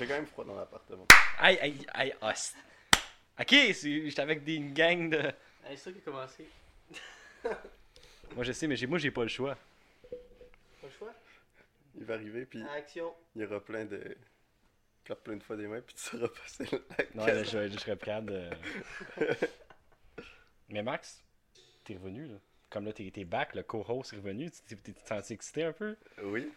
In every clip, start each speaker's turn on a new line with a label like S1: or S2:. S1: quand même froid dans l'appartement.
S2: Aïe, aïe, aïe, host. Ok, c'est- j'étais avec des, une gang de.
S3: Hey, c'est ça qui a commencé.
S2: Moi je sais, mais j'ai, moi j'ai pas le choix.
S3: Pas le choix.
S1: Il va arriver, puis
S3: Action.
S1: il y aura plein de. Clap plein de fois des mains, puis tu seras passé la
S2: Non, là, je, je serais prêt à de- mais Max, t'es revenu là. Comme là, t'es, t'es back, le co-host est revenu. Tu t'es, t'es- t'es senti excité un peu?
S1: Oui.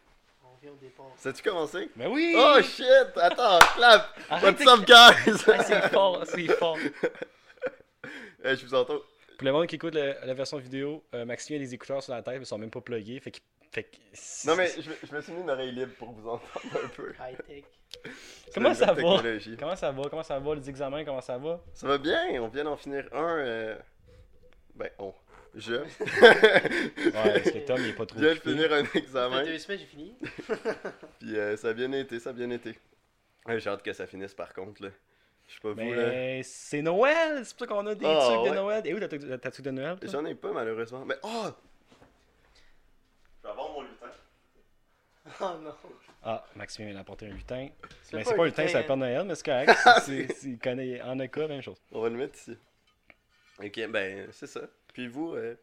S3: On vient au départ.
S1: Sais-tu commencé?
S2: Mais Ben oui!
S1: Oh shit! Attends, clap!
S2: Arrête
S1: What's up, guys?
S2: Ah, c'est fort, c'est fort.
S1: Euh, je vous entends.
S2: Pour le monde qui écoute le- la version vidéo, euh, Maxime a des écouteurs sur la tête, mais ils sont même pas pluggés. Fait que. Fait que-
S1: Non, mais je, me- je me suis mis une oreille libre pour vous entendre un peu.
S3: High tech.
S1: C'est
S2: Comment
S1: la
S2: ça
S1: nouvelle
S2: va?
S1: technologie.
S2: Comment ça va? Comment ça va? Les examens, comment ça va?
S1: Ça va bien, on vient d'en finir un. euh, Ben, on. Je.
S2: Ouais, parce que Tom, il est pas trop.
S1: Je viens de
S2: occupé.
S1: finir un
S2: Ah
S3: Ça fait
S1: examen.
S3: deux semaines, j'ai fini.
S1: Puis euh, ça a bien été, ça a bien été. Euh, J'ai hâte que ça finisse par contre, là. Je sais pas vous, là.
S2: Mais c'est Noël! C'est pour ça qu'on a des
S1: Ah,
S2: trucs de
S1: ouais.
S2: Noël. Et où ta truc ta truc de Noël? toi?
S1: J'en ai pas malheureusement. Mais oh! Je vais avoir mon lutin.
S3: Oh non.
S2: Ah, Maxime vient d'apporter un lutin.
S3: C'est
S2: Mais c'est pas un lutin, c'est un Père Noël, mais c'est correct.
S1: Ah,
S2: C'est- c'est- Il connaît, en a cas, même chose.
S1: On va le mettre ici. Ok, ben c'est ça. Puis vous, euh,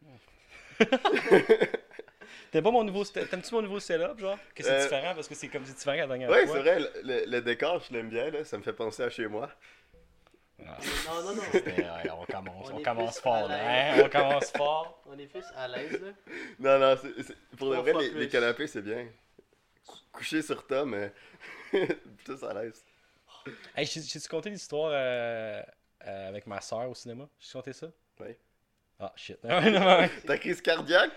S2: T'aimes pas mon nouveau, sta- t'aimes-tu mon nouveau setup, genre? Que c'est
S1: Euh,
S2: différent parce que c'est comme c'est différent que la
S3: Euh,
S2: dernière
S1: ouais, c'est
S2: fois.
S1: vrai, le, le- le décor, je l'aime bien, là. Ça me fait penser à chez moi.
S2: Ah,
S3: Non, non, non.
S2: c'était- ouais, on commence,
S3: On
S2: on,
S3: est
S2: commence
S3: plus
S2: fort,
S3: à
S2: là. Hein? On commence fort.
S3: On est plus à l'aise là.
S1: Non, non, c'est- c'est- pour de
S3: Trois
S1: vrai,
S3: fois
S1: les,
S3: plus.
S1: les canapés, c'est bien. Cou- Coucher sur Tom, euh, plus à l'aise.
S2: Hey, j'ai- j'ai-tu conté l'histoire euh, euh, avec ma soeur au cinéma? J'ai conté ça?
S1: Oui.
S2: Ah, shit. Non, non, non.
S1: Ta crise cardiaque,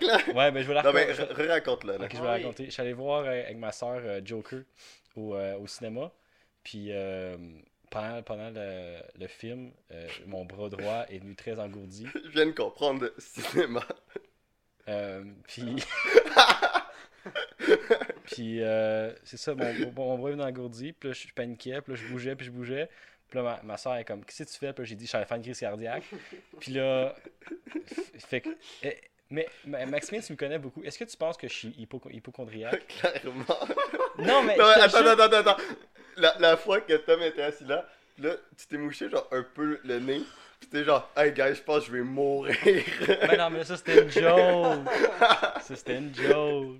S1: là?
S2: ouais, ben je vais la
S1: Non,
S2: raconter.
S1: mais
S2: je vais-
S1: raconte-la, là.
S2: Ok, je vais
S3: Ah oui.
S2: raconter. Je suis allé voir euh, avec ma soeur Joker au, euh, au cinéma. Puis euh, pendant, pendant le, le film, euh, mon bras droit est devenu très engourdi.
S1: Je viens de comprendre le cinéma.
S2: Euh, puis. puis euh, c'est ça, mon, mon- mon bras est devenu engourdi. Puis là, je paniquais. Puis là, je bougeais. Puis je bougeais. Puis là, ma, ma soeur est comme Qu'est-ce que tu fais Puis là, j'ai dit Je suis allé faire une crise cardiaque. Puis là. f- Fait que. eh, Mais Ma- Maxime, tu me connais beaucoup. Est-ce que tu penses que je suis hypo hypochondriaque?
S1: Clairement.
S2: Non,
S1: Non, mais
S2: mais. je te
S1: attends,
S2: jure-
S1: attends, attends, attends. La, la fois que Tom était assis là, là, tu t'es mouché, genre, un peu le nez. Pis t'es genre, hey, guys, je pense que je vais mourir.
S2: Mais Ben non, mais ça c'était une joke. Ça c'était une joke.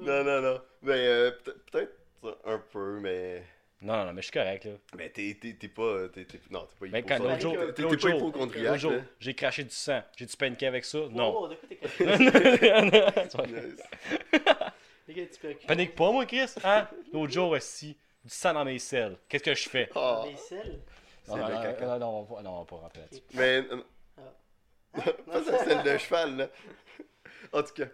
S1: non, non, non. Mais euh, peut- peut-être ça, un peu, mais.
S2: Non, non, non, mais je suis correct là.
S1: Mais t'es t'es- t'es pas. t'es- t'es- non, t'es pas
S2: Mais Ben, quand l'autre jour,
S1: hypochondriaque. T'es-
S2: l'autre
S1: T'es pas
S2: jour,
S1: hypochondriaque.
S2: L'autre jour,
S1: là.
S2: j'ai craché du sang. J'ai dû paniquer avec ça. Non.
S3: Oh, de quoi t'es caché?
S1: Yes.
S3: Les gars, tu peux occuper.
S2: Panique pas moi, Chris. Hein? L'autre jour aussi, du sang dans mes selles. Qu'est-ce que je fais?
S1: Ah.
S3: Les selles.
S1: C'est
S2: Non, non,
S1: le
S2: non,
S1: caca.
S2: non, non, on va pas- non, on va pas rentrer là-dessus.
S1: Mais. euh,
S3: Ah.
S1: pas ça, celle de cheval, là. En tout cas.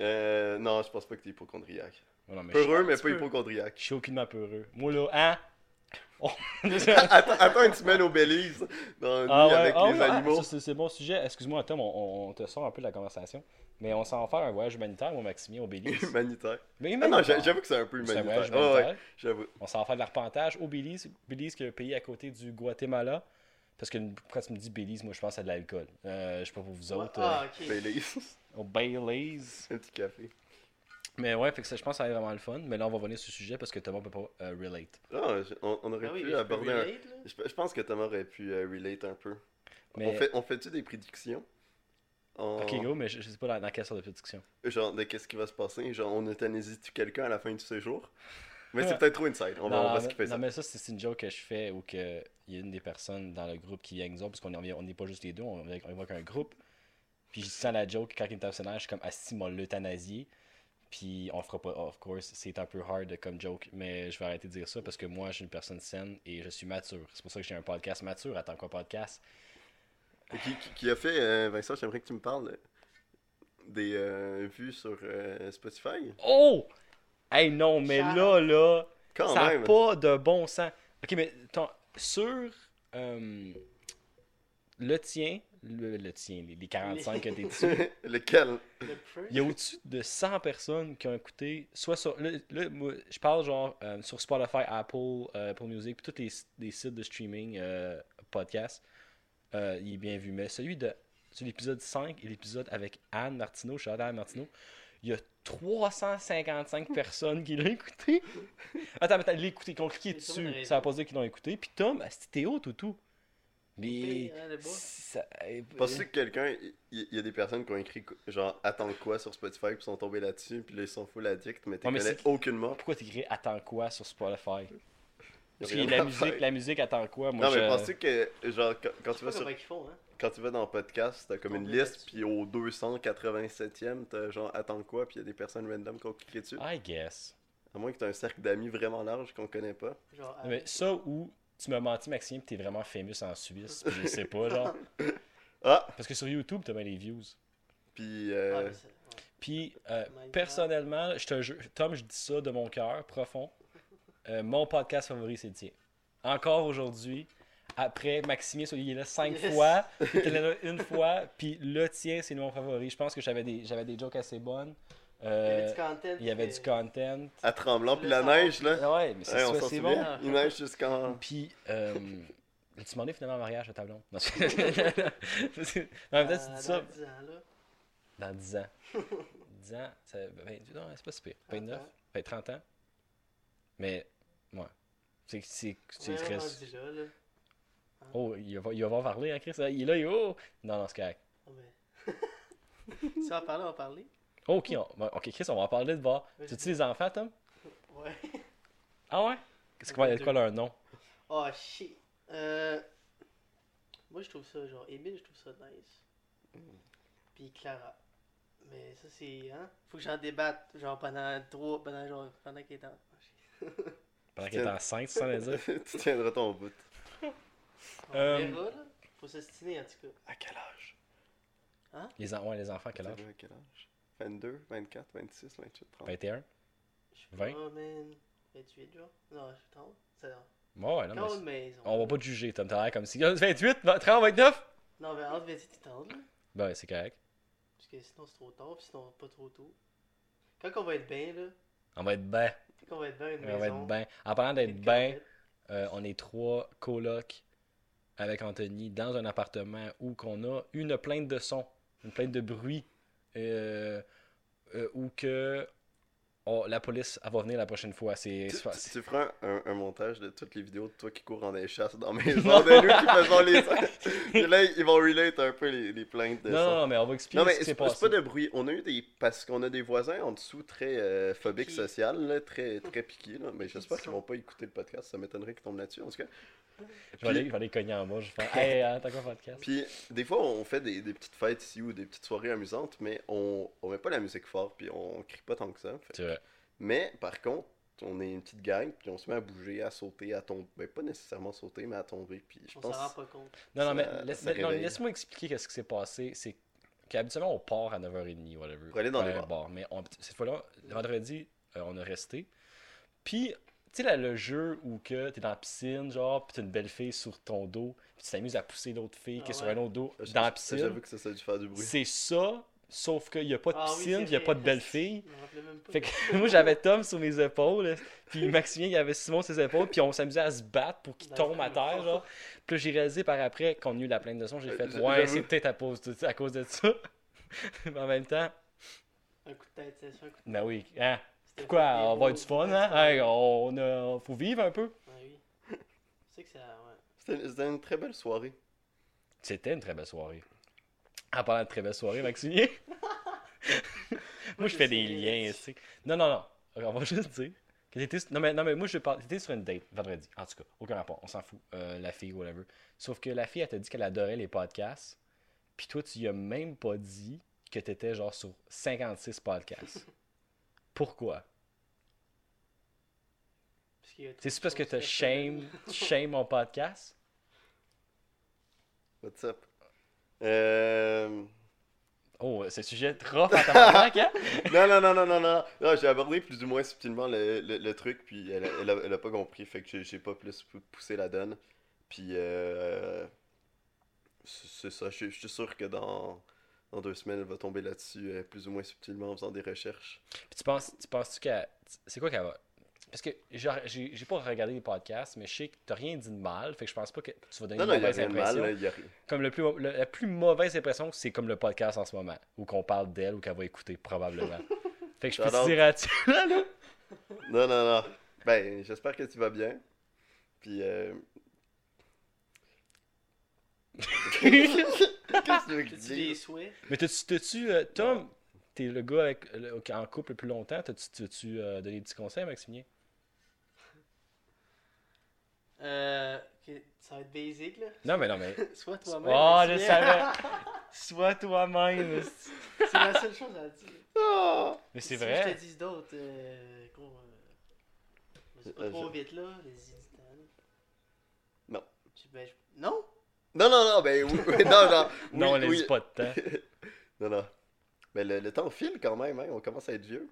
S1: Euh, non, je pense pas que t'es hypochondriaque.
S2: Non, non, mais je,
S1: Peureux, mais pas
S3: peu.
S1: hypochondriaque.
S2: je suis aucunement peureux. Moi là, hein? Oh,
S1: attends, attends une semaine au Belize, dans
S2: Ah ouais,
S1: avec
S2: ah
S1: les
S2: ouais, ah,
S1: animaux.
S2: ça, c'est- c'est bon sujet. Excuse-moi, Tom, on, on- on te sort un peu de la conversation. Mais on s'en va faire un voyage humanitaire, moi, Maximien, au Belize.
S1: humanitaire.
S2: Mais
S1: Ah non,
S2: humanitaire.
S1: j'a- j'avoue que c'est un peu
S2: C'est un
S1: humanitaire.
S2: voyage
S1: Ah ouais,
S2: humanitaire.
S1: j'avoue.
S2: On s'en va faire de l'arpentage au Belize. Belize, qui est un pays à côté du Guatemala. Parce que quand tu me dis Belize, moi je pense à de l'alcool. Euh, je sais pas pour vous autres.
S3: Ah,
S2: euh,
S3: ok.
S1: Ben, Belize,
S2: au Belize.
S1: un petit café.
S2: Mais ouais, fait que ça, je pense que ça va être vraiment le fun. Mais là, on va revenir sur le sujet parce que Thomas peut pas euh, relate.
S1: Ah, je- on, on aurait
S3: Ah oui, mais
S1: pu
S3: je peux
S1: aborder un...
S3: relate, là.
S1: Je, je pense que Thomas aurait pu euh, relate un peu.
S2: Mais,
S1: On fait, on fait-tu des prédictions? On-
S2: Ok, go, mais je, je sais pas dans, dans quelle sorte de prédiction.
S1: Genre, de qu'est-ce qui va se passer? Genre, on euthanasie-tu quelqu'un à la fin du séjour? Mais c'est peut-être trop inside, on va, on va
S2: mais-
S1: skipper
S2: non,
S1: ça.
S2: mais ça, c'est c'est une joke que je fais ou qu'il y a une des personnes dans le groupe qui vient avec nous autres, parce qu'on est- on n'est pas juste les deux, on est on est qu'un groupe. Puis je sens la joke quand il me tape sur le nerf, je suis comme Asti m'a l'euthanasié. Puis on fera pas, of course, c'est un peu hard comme joke, mais je vais arrêter de dire ça parce que moi, je suis une personne saine et je suis mature. C'est pour ça que j'ai un podcast mature, attends quoi podcast.
S1: Qui, qui- qui a fait, euh, Vincent, j'aimerais que tu me parles euh, des euh, vues sur euh, Spotify?
S2: Oh! Hey non, mais
S3: Ça-
S2: là, là,
S1: Quand
S2: ça n'a
S1: même!
S2: pas de bon sens. Ok, mais attends, sur euh, le tien, le, le tien, les, les 45 que t'es dessus,
S1: Lequel?
S3: Le first.
S2: il y a au-dessus de 100 personnes qui ont écouté, soit sur, là, là, moi, je parle genre euh, sur Spotify, Apple, euh, Apple Music, puis tous les, les sites de streaming, euh, podcast, euh, il est bien vu. Mais celui de, sur l'épisode 5 et l'épisode avec Anne Martineau, je suis Anne Martineau, Il y a 355 personnes qui l'ont écouté. Attends, attends, l'écouter, qui ont cliqué
S3: Mais tout le monde
S2: dessus.
S3: a
S2: Ça veut pas dire qu'ils l'ont écouté. Puis Tom, c'était haut, toutou. Mais.
S3: Allez, hein, bois.
S2: ça- eh,
S1: Parce que quelqu'un, il il y, a des personnes qui ont écrit genre attends quoi sur Spotify puis sont tombées là-dessus puis là ils sont full addict mais t'es
S2: Ouais, mais
S1: connais
S2: c'est-
S1: aucunement.
S2: Pourquoi t'écris Attends quoi sur Spotify Parce que
S1: Rien
S2: la
S1: à
S2: musique,
S1: faire.
S2: la musique attend quoi Moi,
S1: non mais
S2: je-
S1: pensez que genre quand, quand
S3: Je sais pas
S1: tu vas sur
S3: comment ils font, hein.
S1: quand tu vas dans le podcast, t'as comme une
S3: Tomber
S1: liste,
S3: là-dessus.
S1: puis au 287e, t'as genre attends quoi, puis il y a des personnes random qui ont cliqué dessus.
S2: I guess.
S1: À moins que t'aies un cercle d'amis vraiment large qu'on connaît pas.
S3: Genre, euh,
S2: Non, Mais ça ou tu m'as menti, Maxime, pis t'es vraiment famous en Suisse. puis Je sais pas, genre.
S1: Ah,
S2: Parce que sur YouTube, t'as bien les views.
S1: puis
S3: ah,
S1: euh,
S3: mais c'est- ouais.
S2: Puis, euh,
S3: Minecraft.
S2: personnellement, je te jure, Tom, je dis ça de mon cœur profond. euh, mon podcast favori, c'est le tien. Encore aujourd'hui, après Maximien, il est là cinq
S3: Yes.
S2: fois, il était là une fois, puis le tien, c'est mon favori. Je pense que j'avais des, j'avais des jokes assez bonnes.
S3: Il y
S2: Euh,
S3: avait du content.
S2: il y avait
S3: puis,
S2: du content.
S1: à tremblant, puis la
S3: Le sang.
S1: neige là.
S2: Ah Ouais, mais c'est
S1: Ouais, on
S2: ça,
S1: s'en
S2: c'est bon.
S1: souvient. Il neige jusqu'en.
S2: Puis, euh, tu demandé finalement en mariage à ta blonde. Non, c'est- en même temps, tu
S3: euh,
S2: dis ça
S3: dans dix ans, là.
S2: dans 10 ans. 10 ans, ça, ben, non, c'est pas si pire. 29,
S3: Trente ans.
S2: ben, 30 ans. Mais, ouais. C'est c'est- c'est
S3: Ouais,
S2: très.
S3: rendu là, là.
S2: Oh, il va, il va en parler, hein, Chris. hein? Il est là, il oh! Non, non, c'est correct.
S3: Ah, ben. Tu vas en parler, on va en parler.
S2: Oh, ok, on- ben, ok, Chris, on va en parler de bord.
S3: Vas-y.
S2: Tu tu les enfants, Tom
S3: Ouais.
S2: Ah ouais Qu'est-ce qu'on va
S3: Deux.
S2: quoi leur nom
S3: Oh shit. Euh, moi je trouve ça genre Émile, je trouve ça nice. Puis Clara. Mais ça c'est hein, faut que j'en débatte genre pendant trois pendant genre pendant qu'elle est en- oh, shit.
S2: Pendant qu'elle est enceinte, c'est ça, veut dire.
S1: tu tiendras ton bout.
S3: On
S2: Euh,
S3: verra là. Faut s'ostiner en tout cas.
S1: À quel âge
S2: Les, en- ouais, les enfants, quel
S1: T'as
S2: âge Ben,
S1: vu À quel âge 22, 24, 26, 28, 30.
S2: 21
S3: Je suis
S2: Vingt.
S3: pas man. 28 genre. Non, je tombe. Ça non.
S2: Ouais, ouais, non, mais.
S3: Quand
S2: c'est-
S3: maison.
S2: On va pas te juger, Tom. T'as l'air comme si. 28, 20, 30, 29
S3: Non mais entre 28 et 30 là.
S2: Ben, ouais, c'est correct.
S3: Parce que sinon c'est trop tard, puis sinon pas trop tôt. Quand on va être bien là,
S2: On va être ben.
S3: quand on va être bien à une
S2: On va
S3: maison.
S2: être ben. En parlant d'être
S3: une
S2: ben,
S3: campette.
S2: euh, on est trois colocs avec Anthony dans un appartement où qu'on a une plainte de son, une plainte de bruit, euh, euh, où que oh, la police elle va venir la prochaine fois. C'est.
S1: Tu,
S2: c'est-
S1: tu-
S2: c'est-
S1: tu feras un, un montage de toutes les vidéos de toi qui cours en des chasses dans la maison de nous qui faisons les. Puis là, ils vont relate un peu les, les plaintes de
S2: Non,
S1: ça.
S2: non, non, mais on va expliquer
S1: Non, mais
S2: ce qui s'est
S1: c'est pas,
S2: passé.
S1: c'est pas de bruit. On a eu des. Parce qu'on a des voisins en dessous très euh, phobiques
S3: Qui-
S1: sociales, là, très, très piqués. Là. Mais j'espère
S3: Qui
S1: qu'ils vont pas écouter le podcast. Ça m'étonnerait qu'ils tombent là-dessus, en tout cas.
S2: Je vais aller, je vais aller cogner en bas. Je vais faire. Hey, hein, t'as quoi podcast
S1: Puis, des fois, on fait des, des petites fêtes ici ou des petites soirées amusantes, mais on, on met pas la musique fort, puis on crie pas tant que ça. Fait-
S2: C'est vrai.
S1: Mais, par contre, on est une petite gang, puis on se met à bouger, à sauter, à tomber. Ben, pas nécessairement sauter, mais à tomber. Puis, je
S3: On s'en
S1: pense.
S3: rend pas compte.
S2: Non, non,
S1: Ça-
S2: mais
S1: ça
S2: laisse,
S1: réveille.
S2: non, laisse-moi expliquer qu'est-ce qui s'est passé. C'est qu'habituellement, on part à 9h30, whatever.
S1: Pour aller dans les
S2: un
S1: bars.
S2: bar, Mais on- cette fois-là, le vendredi, euh, on a resté. Puis, tu sais, là, le jeu où que t'es dans la piscine, genre, pis t'as une belle fille sur ton dos, pis tu t'amuses à pousser l'autre fille qui
S3: Ah
S2: est sur
S3: ouais.
S2: un autre dos
S1: Ça,
S2: dans la
S1: ça, J'avoue
S2: piscine.
S1: que ça, ça a dû faire du bruit.
S2: C'est ça, sauf qu'il n'y a pas de
S3: Ah oui,
S2: piscine,
S3: c'est
S2: il n'y a
S3: vrai.
S2: pas de belle fille.
S3: Je me rappelais même pas.
S2: Fait que moi, j'avais Tom sur mes épaules, puis Maximien, il avait Simon sur ses épaules, puis on s'amusait à se battre pour qu'il
S3: Dans
S2: tombe
S3: le
S2: à terre,
S3: fond.
S2: genre. Puis là, j'ai réalisé par après, qu'on a eu la plainte de son, j'ai
S1: Euh,
S2: fait «
S1: j-
S2: Ouais,
S1: j'avoue.
S2: c'est peut-être à, cause de- à cause de ça. » Mais en même temps,
S3: Un coup de tête, c'est ça. un coup de-
S2: ben oui, hein,
S3: C'était
S2: pourquoi,
S3: pas des
S2: on
S3: mots,
S2: va être du fun, hein? Hey, on a- faut vivre un peu.
S3: Ah oui. Je sais que ça. Ouais.
S1: C'était c'était une très belle soirée.
S2: C'était une très belle soirée. En parlant de très belle soirée, Maximien. moi, je fais des liens, tu sais. Non, non, non. On va juste dire que t'étais. Non, mais, non, mais moi, je parle. T'étais sur une date vendredi. En tout cas, aucun rapport. On s'en fout. Euh, la fille, whatever. Sauf que la fille, elle t'a dit qu'elle adorait les podcasts. Puis toi, tu y as même pas dit que t'étais genre sur 56 podcasts. Pourquoi?
S3: Parce qu'il y a
S2: C'est
S3: trop
S2: parce
S3: de
S2: que
S3: choses
S2: t'as shame,
S3: personnelles.
S2: tu shame mon podcast?
S1: What's up? Euh.
S2: Oh, ce sujet trop à ta hein?
S1: Non, non, non, non, non, non. Non, j'ai abordé plus ou moins subtilement le, le- le truc, puis elle, a- elle, a, elle a pas compris, fait que j'ai- j'ai pas plus pou- poussé la donne. Puis, euh, c'est c'est ça. Je je suis sûr que dans, dans deux semaines, elle va tomber là-dessus, euh, plus ou moins subtilement, en faisant des recherches.
S2: Puis tu penses, tu penses-tu qu'elle. C'est quoi qu'elle va. Parce que genre, j'ai j'ai pas regardé les podcasts, mais je sais que t'as rien dit de mal, fait que je pense pas que tu vas donner
S1: Non, non,
S2: une
S1: il y a
S2: mauvaise
S1: rien de mal,
S2: impression.
S1: là, il y a rien.
S2: Comme le plus, le- la plus mauvaise impression, c'est comme le podcast en ce moment, où qu'on parle d'elle ou qu'elle va écouter probablement. Fait que
S1: Shout
S2: je peux te
S1: out.
S2: dire à là, là.
S1: Non, non, non. Ben, j'espère que tu vas bien. Puis, euh... Qu'est-ce que tu veux que je
S3: Tu les
S1: dise?
S3: souhaits
S2: Mais t'as-tu, t'as-tu, euh, Tom, t'es le gars avec, le- qui est en couple le plus longtemps, t'as-tu, t'as-tu euh, donné des petits conseils à Maximien?
S3: euh, que- Ça va être basic là.
S2: Non, mais non, mais...
S3: Sois toi-même.
S2: Oh, je
S3: Maxime.
S2: savais! Sois toi-même! esti.
S3: C'est la seule chose à dire.
S1: Ah!
S2: Mais c'est
S3: Si
S2: vrai.
S3: je te dis d'autres, euh, gros. euh, vas-y pas
S1: Euh,
S3: trop
S1: je-
S3: vite là, les hésitants.
S1: Non.
S3: Tu- ben, je- Non
S1: Non, non, non, ben oui, oui, non, non. Oui,
S2: non, on ne
S1: oui.
S2: dit pas de temps.
S1: Non, non. Mais le, le temps file quand même, hein. On commence à être vieux.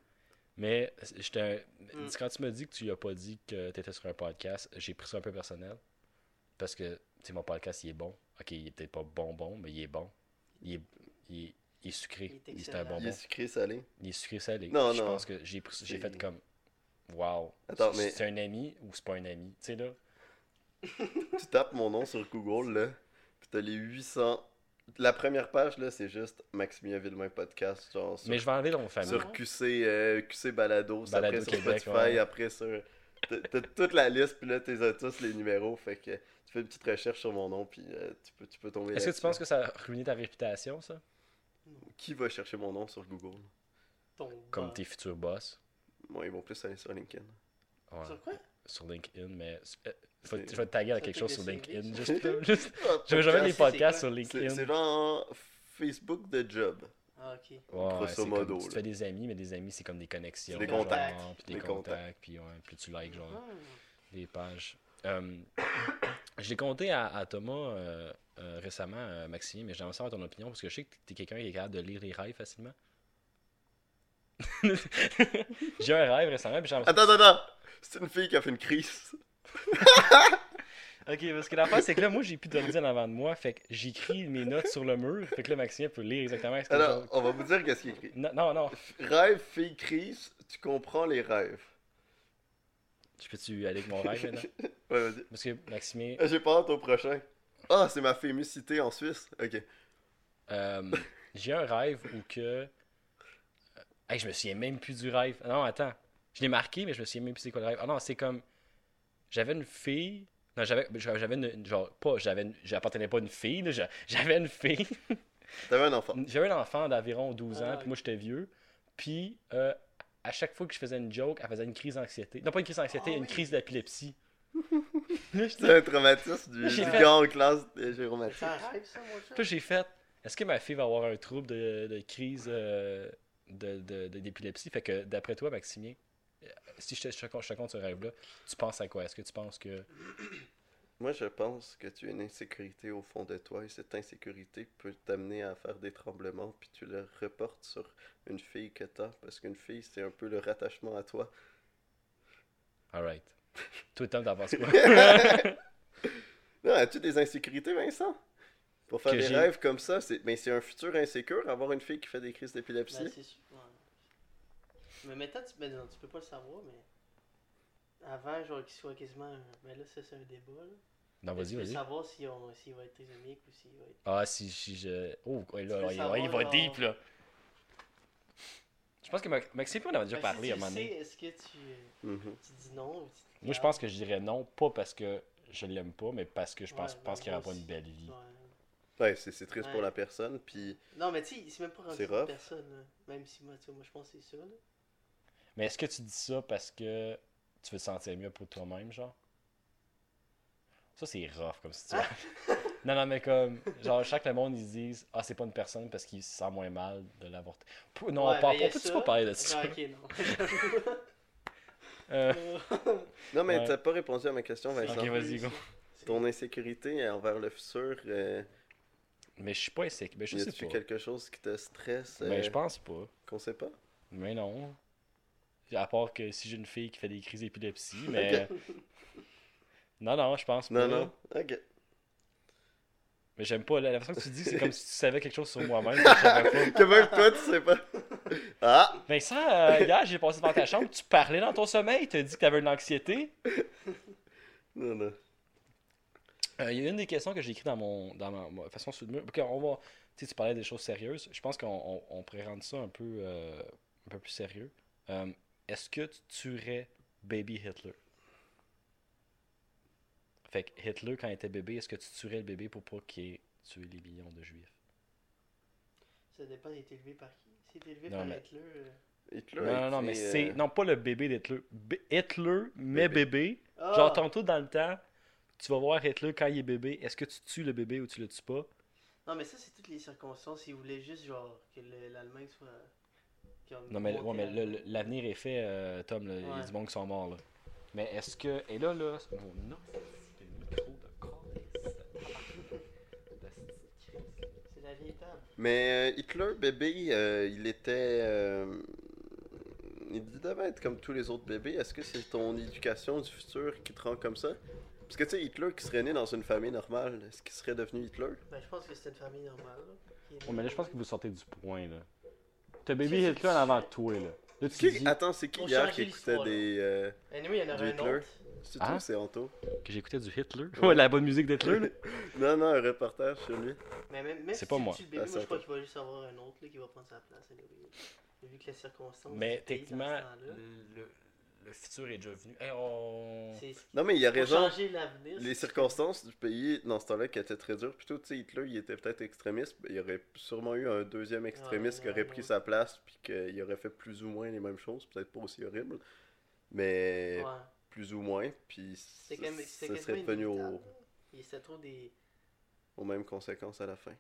S2: Mais euh, j'étais
S3: Mm.
S2: quand tu m'as dit que tu n'as pas dit que tu étais sur un podcast, j'ai pris ça un peu personnel. Parce que, tu sais, mon podcast, il est bon. Ok, il est peut-être pas bon, bon, mais il est bon. Il est, il est- il est
S3: Il
S2: sucré.
S3: est
S2: Il- C'est un
S3: excellent.
S2: bonbon.
S1: Il est sucré salé.
S2: Il est sucré salé.
S1: Non,
S2: je
S1: non.
S2: pense que j'ai pris- j'ai
S1: C'est-
S2: fait comme Wow.
S1: Attends,
S2: C'est-
S1: mais-
S2: C'est un ami ou c'est pas un ami? Tu sais, là.
S1: Tu tapes mon nom sur Google, là. Puis t'as les 800. La première page, là, c'est juste Maximilien Villemain Podcast, genre sur,
S2: Mais je vais enlever mon famille. hein.
S1: sur QC, euh, QC Balado, c'est
S2: Balado
S1: après sur
S2: Québec,
S1: Spotify,
S2: ouais.
S1: après sur. t'as- T'as toute la liste, puis là, t'es tous les numéros. Fait que tu fais une petite recherche sur mon nom, puis euh, tu, peux, tu peux tomber
S2: Est-ce que tu
S1: là-dessus.
S2: penses que ça a ruiné ta réputation, ça?
S1: Qui va chercher mon nom sur Google
S3: Ton
S2: Comme
S3: bas.
S2: tes futurs boss?
S1: Moi, ils vont plus aller sur LinkedIn.
S2: Ouais.
S3: Sur quoi
S2: Sur LinkedIn, mais. euh, faut-
S1: C'est-
S2: je vais te taguer à
S3: Ça
S2: quelque
S3: peut
S2: chose sur
S3: desservir,
S2: LinkedIn.
S3: ça.
S2: Juste, là, juste- Je veux jamais
S1: Podcast,
S2: des
S3: c'est quoi?
S2: podcasts sur
S1: C'est
S2: LinkedIn.
S1: c'est genre Facebook de job.
S3: Ah, ok.
S2: Ouais, ouais,
S1: Grosso
S2: c'est comme-
S1: modo,
S2: Tu te
S1: là.
S2: fais des amis, mais des amis, c'est comme des connexions.
S1: C'est des
S2: genre,
S1: contacts.
S2: puis des,
S1: Des
S2: contacts.
S1: contacts.
S2: Puis, ouais, puis tu likes genre,
S3: Ah.
S2: des pages. Euh, je l'ai compté à, à Thomas euh, euh, récemment, euh, Maxime, mais j'aimerais savoir ton opinion parce que je sais que t'es quelqu'un qui est capable de lire les rêves facilement. J'ai eu un rêve récemment, puis j'aimerais
S1: Attends, attends, attends. C'est une fille qui a fait une crise.
S2: Ok, parce que l'affaire, c'est que là, moi, j'ai plus d'ordi en avant de moi, fait que j'écris mes notes sur le mur, fait que là, Maxime peut lire exactement ce que
S1: Alors,
S2: je-
S1: on va vous dire qu'est-ce qu'il écrit.
S2: Non, non, non.
S1: Rêve, fille, crise, tu comprends les rêves.
S2: Je peux-tu aller avec mon rêve maintenant?
S1: Ouais, vas-y.
S2: Parce que Maxime,
S1: Ah, J'ai pas hâte au prochain. Ah, c'est ma fémicité en Suisse. Ok.
S2: Euh, j'ai un rêve où que. Euh, hey, je me souviens même plus du rêve. Non, attends. Je l'ai marqué, mais je me souviens même plus c'est quoi le rêve. Ah non, c'est comme. J'avais une fille. Non, j'avais j'avais une. une- Genre, pas. J'avais une- J'appartenais pas à une fille, là, j'a- J'avais une fille.
S1: T'avais un enfant.
S2: J'avais un enfant d'environ 12 ans,
S3: Ah,
S2: puis moi, j'étais vieux. Puis, euh, à chaque fois que je faisais une joke, elle faisait une crise d'anxiété. Non, pas une crise d'anxiété,
S3: Ah
S2: une
S3: oui.
S2: crise d'épilepsie. là, j'étais-
S1: C'est un traumatisme du,
S2: J'ai
S1: du
S2: fait-
S1: gars en classe de Jérôme
S3: C'est
S1: Mathieu.
S3: un rêve ça, mon chat
S2: Puis j'ai fait, est-ce que ma fille va avoir un trouble de, de crise euh, de- de- de- d'épilepsie? Fait que d'après toi, Maximien, euh, si je te, je te con- je te compte ce rêve-là, tu penses à quoi? Est-ce que tu penses que...
S1: Moi, je pense que tu as une insécurité au fond de toi et cette insécurité peut t'amener à faire des tremblements, puis tu le reportes sur une fille que t'as, parce qu'une fille, c'est un peu le rattachement à toi.
S2: Alright. Toi, Tom, t'en penses quoi?
S1: Non, as-tu des insécurités, Vincent? Pour faire
S2: Que
S1: des
S2: j'ai-
S1: rêves comme ça, c'est mais c'est un futur insécure, avoir une fille qui fait des crises d'épilepsie.
S3: Ben, c'est sûr. ouais. Mais maintenant, tu... ben, non, tu peux pas le savoir, mais. Avant, genre, qu'il soit quasiment. un- Ben là, ça, c'est un débat, là.
S2: non,
S3: tu
S2: Ah, vas-y,
S3: peux
S2: vas-y.
S3: savoir s'il on... s'il va être trisomique ou s'il va être.
S2: Ah, si, si je... Oh, ouais, là,
S3: Tu veux
S2: il, va- il va
S3: savoir, genre-
S2: deep, là. Je pense que Ma- Maxime, on en a déjà
S3: Ben,
S2: parlé
S3: si
S2: à un
S3: tu
S2: moment
S3: le
S2: donné.
S3: sais, euh, Est-ce que tu...
S1: Mhm.
S3: tu dis non ou tu te
S2: Moi, je pense que je dirais non, pas parce que je l'aime pas, mais parce que je pense,
S3: Ouais,
S2: pense qu'il n'y aura
S3: moi
S2: pas une
S3: aussi.
S2: belle vie.
S3: Ouais.
S1: Ouais, c'est c'est triste pour
S3: Ouais.
S1: la personne, puis
S3: Non, mais tu sais, c'est même pas rendu
S1: C'est
S3: une
S1: rough.
S3: personne, là. Même si moi, tu vois, moi, je pense que c'est ça, là.
S2: Mais est-ce que tu dis ça parce que tu veux te sentir mieux pour toi-même, genre? Ça, c'est rough comme
S3: Ah!
S2: situation. non, non, mais comme, genre, chaque le monde, ils se disent, ah, c'est pas une personne parce qu'il se sent moins mal de l'avorter. Pou- Non,
S3: Ouais,
S2: on, par-
S3: ben, il y
S2: on
S3: a
S2: peut-tu
S3: ça.
S2: pas parler de ça?
S3: Ah, ok, non.
S2: Euh,
S1: Non, mais
S2: Ouais.
S1: t'as pas répondu à ma question,
S3: C'est
S1: Vincent.
S2: Ok, vas-y,
S3: ça.
S2: go.
S3: C'est-
S1: Ton insécurité envers le futur, euh,
S2: mais je suis pas insécure. Mais je
S1: y
S2: sais
S1: a-tu
S2: pas.
S1: quelque chose qui te stresse
S2: Mais
S1: euh,
S2: je pense pas.
S1: qu'on sait pas?
S2: Mais non. À part que si j'ai une fille qui fait des crises d'épilepsie, mais. Non, non, je pense pas.
S1: Non, non. Ok.
S2: Mais j'aime pas. La la façon que tu dis, c'est comme si tu savais quelque chose sur moi-même. que je savais pas.
S1: Que même toi, tu sais pas. Ah!
S2: Vincent, euh, hier, j'ai passé devant ta chambre, tu parlais dans ton sommeil, t'as dit que t'avais une anxiété.
S1: Non, non.
S2: Euh, Il y a une des questions que j'ai écrites dans mon dans ma, ma façon sous le mur. Ok, on va, tu sais, tu parlais des choses sérieuses. Je pense qu'on on- on pourrait rendre ça un peu, euh, un un peu plus sérieux. Euh, Est-ce que tu tuerais Baby Hitler? Fait que Hitler, quand il était bébé, est-ce que tu tuerais le bébé pour pas qu'il ait tué les millions de juifs?
S3: Ça dépend d'être élevé par qui. Si t'es élevé
S2: Non,
S3: par
S2: mais-
S3: Hitler. euh,
S1: Hitler
S2: Non,
S1: a
S2: non, non,
S1: été,
S2: mais
S1: euh,
S2: c'est. Non, pas le bébé d'Hitler. B- Hitler, mais
S1: Bébé.
S2: bébé.
S3: Ah!
S2: Genre, tantôt dans le temps, tu vas voir Hitler quand il est bébé. Est-ce que tu tues le bébé ou tu le tues pas?
S3: Non, mais ça, c'est toutes les circonstances. Ils voulaient juste, genre, que le- l'Allemagne soit. qu'ils ont
S2: Non, mais,
S3: monté
S2: ouais, mais
S3: la-
S2: le- le- l'avenir est fait, euh, Tom. là. Il y a
S3: Ouais.
S2: du monde qui sont morts. Là. Mais est-ce que. Et là, là. c'est- Mon nom, c'est le micro de câlisse. De cette crise.
S3: C'est la vieille table.
S1: Mais euh, Hitler, bébé, euh, il était. euh, Il devait être comme tous les autres bébés. Est-ce que c'est ton éducation du futur qui te rend comme ça Parce que tu sais, Hitler qui serait né dans une famille normale, est-ce qu'il serait devenu Hitler
S3: Ben, je pense que c'était une famille normale. là, qui est
S2: Ouais, mais là, je pense que
S3: née.
S2: vous sortez du point. là. T'as
S3: Tu
S2: bébé
S3: sais,
S2: Hitler en avant de toi. Là, là tu
S1: Qui-
S2: dis
S1: Attends, c'est qui
S3: On
S1: hier
S3: change
S1: qui écoutait
S3: l'histoire, là.
S1: des. euh,
S3: Anyway, il y en
S1: Du
S3: aurait un
S1: Hitler.
S3: autre.
S1: C'est
S2: Hein?
S1: toi, c'est Anto.
S2: que j'écoutais du Hitler.
S1: Ouais.
S2: Ouais, la bonne musique d'Hitler. là.
S1: Non, non, un reportage sur lui.
S3: Mais même, même
S2: C'est
S3: si
S2: pas
S3: tu
S2: moi.
S3: tues le bébé,
S1: Ah,
S3: moi,
S1: ça,
S3: je crois
S1: ça.
S3: qu'il va juste avoir un autre là, qui va prendre sa place. anyway. Vu que les circonstances.
S2: Mais
S3: du pays dans
S2: techniquement, euh,
S3: ce temps-là,
S2: le, le futur est déjà venu. Hey, on...
S3: C'est
S1: Non, mais il y a
S3: pour
S1: raison.
S3: changer l'avenir.
S1: Les circonstances du pays dans ce temps-là qui étaient très dures. Plutôt, tu sais, Hitler, il était peut-être extrémiste. mais Il y aurait sûrement eu un deuxième extrémiste
S3: Ouais,
S1: qui aurait
S3: ouais,
S1: pris
S3: ouais.
S1: sa place puis qu'il aurait fait plus ou moins les mêmes choses. Peut-être pas aussi horrible, mais Eh.
S3: Ouais.
S1: plus ou moins. Puis
S3: C'est quand même.
S1: ça
S3: C'est
S1: ça
S3: quasiment
S1: serait devenu
S3: inévitable,
S1: au-
S3: là. Et C'était trop des.
S1: aux mêmes conséquences à la fin.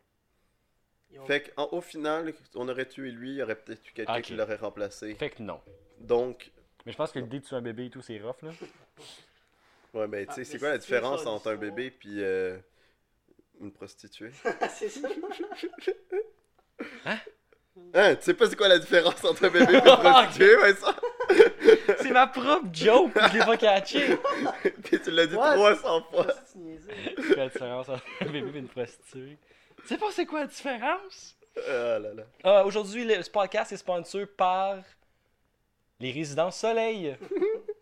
S3: Ils ont-
S1: Fait qu'au final, on aurait tué lui, il y aurait peut-être eu quelqu'un
S2: Ok.
S1: qui l'aurait remplacé.
S2: Fait que non.
S1: Donc,
S2: Mais je pense que l'idée de tuer un bébé et tout, c'est rough. Là.
S1: ouais, ben,
S3: Ah,
S1: tu sais,
S3: mais
S1: c'est quoi la
S3: si tu veux
S1: différence
S3: faire
S1: entre un
S3: l'histoire-
S1: bébé puis euh, une prostituée?
S3: c'est ça.
S1: Hein, tu sais pas c'est quoi la différence entre un bébé et une prostituée, ouais, ça?
S2: c'est ma propre joke, je l'ai pas catché.
S1: Puis tu l'as dit
S3: What?
S1: 300 fois.
S3: Pourquoi tu niaisais?
S2: C'est quoi la différence entre un bébé et une prostituée? Tu sais pas c'est quoi la différence?
S1: Ah là là.
S2: Euh, Aujourd'hui, le ce podcast est sponsor par les résidences soleil.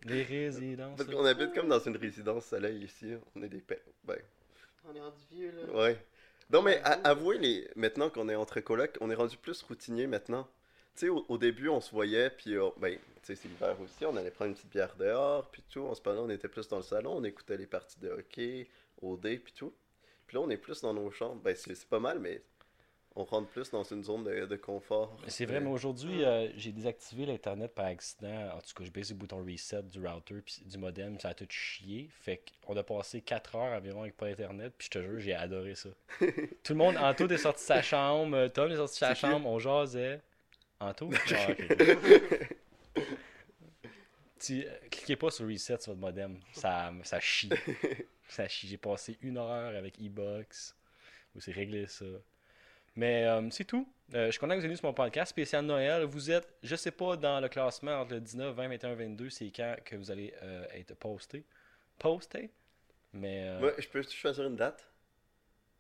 S2: les résidences
S1: Parce qu'on habite comme dans une résidence soleil ici. On est des pets. Ben,
S3: On est rendu vieux là.
S1: ouais. Non, mais a- avouez, les... maintenant qu'on est entre colocs, on est rendu plus routinier maintenant. Tu sais, au, au début, on se voyait, puis euh, ben, tu sais, c'est l'hiver aussi, on allait prendre une petite bière dehors, puis tout. On se parlait, on était plus dans le salon, on écoutait les parties de hockey, au dé, puis tout. Puis là, on est plus dans nos chambres. Ben, c'est c'est pas mal, mais on rentre plus dans une zone de, de confort.
S2: C'est vrai, mais
S1: Euh,
S2: aujourd'hui, euh, j'ai désactivé l'Internet par accident. En tout cas, j'ai baissé le bouton reset du router puis du modem, ça a tout chié. Fait qu'on a passé 4 heures environ avec pas Internet, puis je te jure, j'ai adoré ça. tout le monde, Anto est sorti de sa chambre, euh, Tom est sorti de sa
S1: C'est qui?
S2: chambre, on jasait. Anto? Ah, ok. tu, euh, cliquez pas sur reset sur votre modem, ça, ça chie. ça chie. J'ai passé une heure avec e-box où c'est réglé ça. Mais euh, c'est tout. Euh, je suis content que vous ayez lu sur mon podcast spécial Noël. Vous êtes, je sais pas, dans le classement entre le 19, 20, 21, 22, c'est quand que vous allez euh, être posté. Posté? Mais euh,
S1: Moi, je peux choisir une date?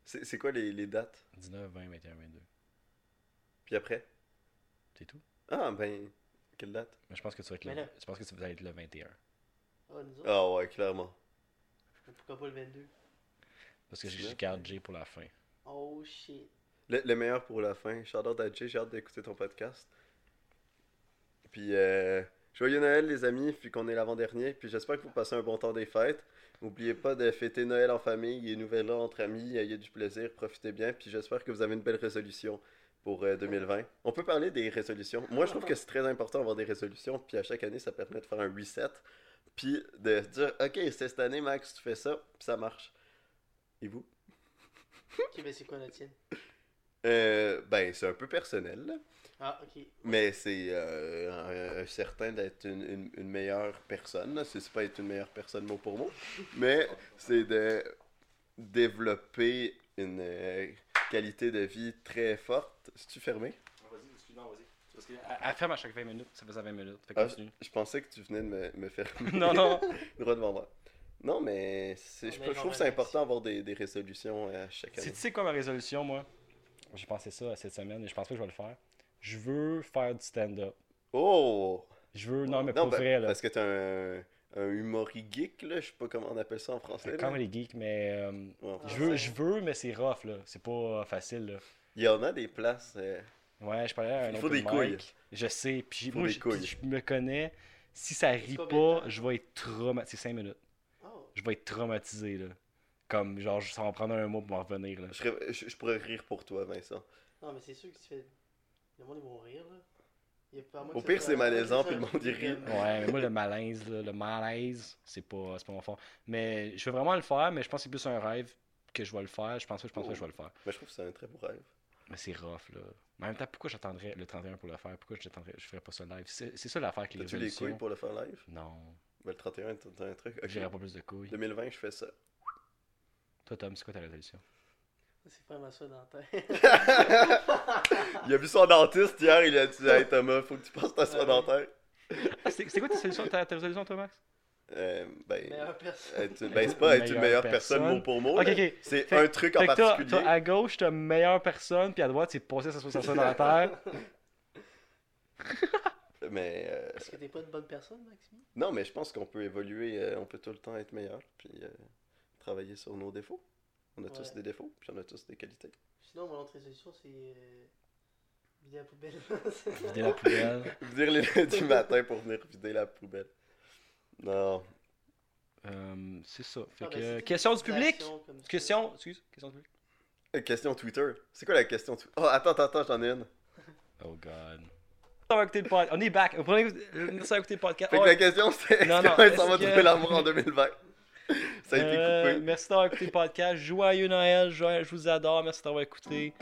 S1: C'est c'est quoi les, les dates?
S2: 19, 20, 21, 22.
S1: Puis après?
S2: C'est tout.
S1: Ah, ben, quelle date?
S2: Mais je pense que tu vas être
S3: Mais
S2: le,
S3: là-
S2: je pense que tu vas être le 21.
S3: Ah, nous autres.
S1: Ah ouais, clairement.
S3: Mais Pourquoi pas le 22?
S2: Parce que
S1: C'est
S2: j'ai
S1: vrai.
S2: garde J pour la fin.
S3: Oh shit.
S1: Le, le meilleur pour la fin. Shout-out à Jay, j'ai hâte d'écouter ton podcast. Puis, euh, joyeux Noël, les amis, puis qu'on est l'avant-dernier. Puis j'espère que vous passez un bon temps des fêtes. N'oubliez pas de fêter Noël en famille et Nouvel An entre amis. Ayez du plaisir, profitez bien. Puis j'espère que vous avez une belle résolution pour euh, 2020. On peut parler des résolutions. Moi, je trouve que c'est très important d'avoir des résolutions. Puis à chaque année, ça permet de faire un reset. Puis de se dire, OK, c'est cette année, Max, tu fais ça, puis ça marche. Et vous?
S3: Ok, ben c'est quoi la tienne?
S1: Euh, ben, c'est un peu personnel, là.
S3: Ah, ok.
S1: Mais c'est euh, un- un certain d'être une, une- une meilleure personne. là. C'est c'est pas être une meilleure personne mot pour mot, mais c'est de développer une euh, qualité de vie très forte. Si fermé?
S2: Vas-y, excuse-moi, vas-y. Parce qu'elle elle ferme à chaque 20 minutes, ça faisait 20 minutes. Fait que
S1: Ah,
S2: continue.
S1: Je pensais que tu venais de me, me fermer
S2: non, non.
S1: droit devant moi. Non, mais c'est-
S3: Non,
S1: je,
S3: mais
S1: peux- je
S3: genre
S1: trouve que c'est
S3: un
S1: important d'avoir des, des résolutions à chaque
S2: Si
S1: année.
S2: tu sais quoi ma résolution, moi, j'ai pensé ça euh, cette semaine et je pense pas que je vais le faire. Je veux faire du stand-up.
S1: Oh!
S2: Je veux. Non, mais
S1: Non,
S2: pour
S1: ben,
S2: vrai, là.
S1: Parce que t'es un, un humoriste geek, là. Je sais pas comment on appelle ça en français. là.
S2: Comme les geeks, mais. euh,
S1: hein. Ouais.
S3: Ah,
S2: je, veux,
S3: c'est-
S2: je veux, mais c'est rough, là. C'est pas euh, facile, là.
S1: Il y en a des places. euh,
S2: Ouais, je parlais à Ah, un
S1: Il
S2: autre
S1: faut des couilles.
S2: mic. Je sais, puis
S1: Il faut
S2: moi,
S1: des
S2: je,
S1: couilles.
S2: je me connais. Si ça rit
S3: combien de
S2: pas,
S3: temps?
S2: je vais être traumatisé. C'est 5 minutes.
S3: Oh.
S2: Je vais être traumatisé, là. Comme, genre, je- ça va me prendre un mois pour m'en revenir, là.
S1: Je, serais- je- je pourrais rire pour toi, Vincent.
S3: Non, mais c'est sûr que tu fais. Le monde, ils vont rire, là. Il y a pas- à moins
S1: Au
S3: que
S1: pire,
S3: ça
S1: c'est
S3: soit- à moins que ça
S1: malaisant,
S3: soit
S1: puis le
S3: un
S1: monde, il
S3: truc
S1: rit.
S3: comme-
S2: Ouais, mais moi, le malaise, là, le malaise, c'est pas, c'est pas mon fort. Mais je veux vraiment le faire, mais je pense que c'est plus un rêve que je vais le faire. Je pense pas, je pense pas que je vais le faire.
S1: Mais je trouve que c'est un très beau rêve.
S2: Mais c'est rough, là. Mais en même temps, pourquoi j'attendrais le 31 pour le faire? Pourquoi j'attendrais, je ferais pas ça live? C'est c'est ça l'affaire avec les
S1: T'as-tu les couilles
S2: résolutions.
S1: pour le faire live?
S2: Non,
S1: Ben, le 31, t'as t'as un truc. Ok.
S2: j'aurais pas plus de couilles.
S1: 2020, je fais ça.
S2: Toi, Tom, c'est quoi ta résolution?
S3: C'est vraiment ça dans la tête.
S1: Il a vu son dentiste hier, il a dit Hey Thomas, faut que tu passes ta soie dentaire.
S2: Ah, c'est c'est quoi ta solution, ta, ta résolution, toi, Max?
S1: Euh, ben,
S3: Meilleure personne.
S1: être- ben, c'est pas être une meilleure
S2: Meilleure
S1: personne mot pour mot.
S2: Ok,
S1: là.
S2: ok.
S1: C'est
S2: Fait-
S1: un truc en
S2: Fait que toi,
S1: particulier.
S2: toi, à gauche, t'as meilleure personne, puis à droite, c'est de passer sa sauce à ça dans la terre.
S1: Mais euh,
S3: Est-ce que t'es pas une bonne personne, Maxime
S1: non, mais je pense qu'on peut évoluer, euh, on peut tout le temps être meilleur, puis euh, travailler sur nos défauts. On a tous
S3: Ouais.
S1: des défauts, puis on a tous des qualités.
S3: Sinon, mon autre résolution, c'est. Euh... vider la poubelle.
S2: Vider la poubelle.
S1: Venir les lundis matin pour venir vider la poubelle. Non.
S2: Euh, c'est ça. Fait
S3: Ah, ben,
S2: que,
S3: c'est toutes
S2: question
S3: des
S2: du public!
S3: actions comme ça.
S2: Question, excuse, question du public.
S1: Euh, Question Twitter. C'est quoi la question Twitter? Oh, attends, attends, attends, j'en ai une.
S2: Oh god. On va écouter le podcast. On est back. On va écouter- Merci à écouter le podcast.
S1: Fait que
S2: Ouais.
S1: la question, c'est
S2: Non,
S1: est-ce
S2: non,
S1: qu'on
S2: est-ce
S1: s'en va
S2: que-
S1: trouver l'amour en 2020? Ça a été
S2: Euh,
S1: coupé.
S2: merci d'avoir écouté le podcast. Joyeux Noël. joyeux- je vous adore. Merci d'avoir écouté.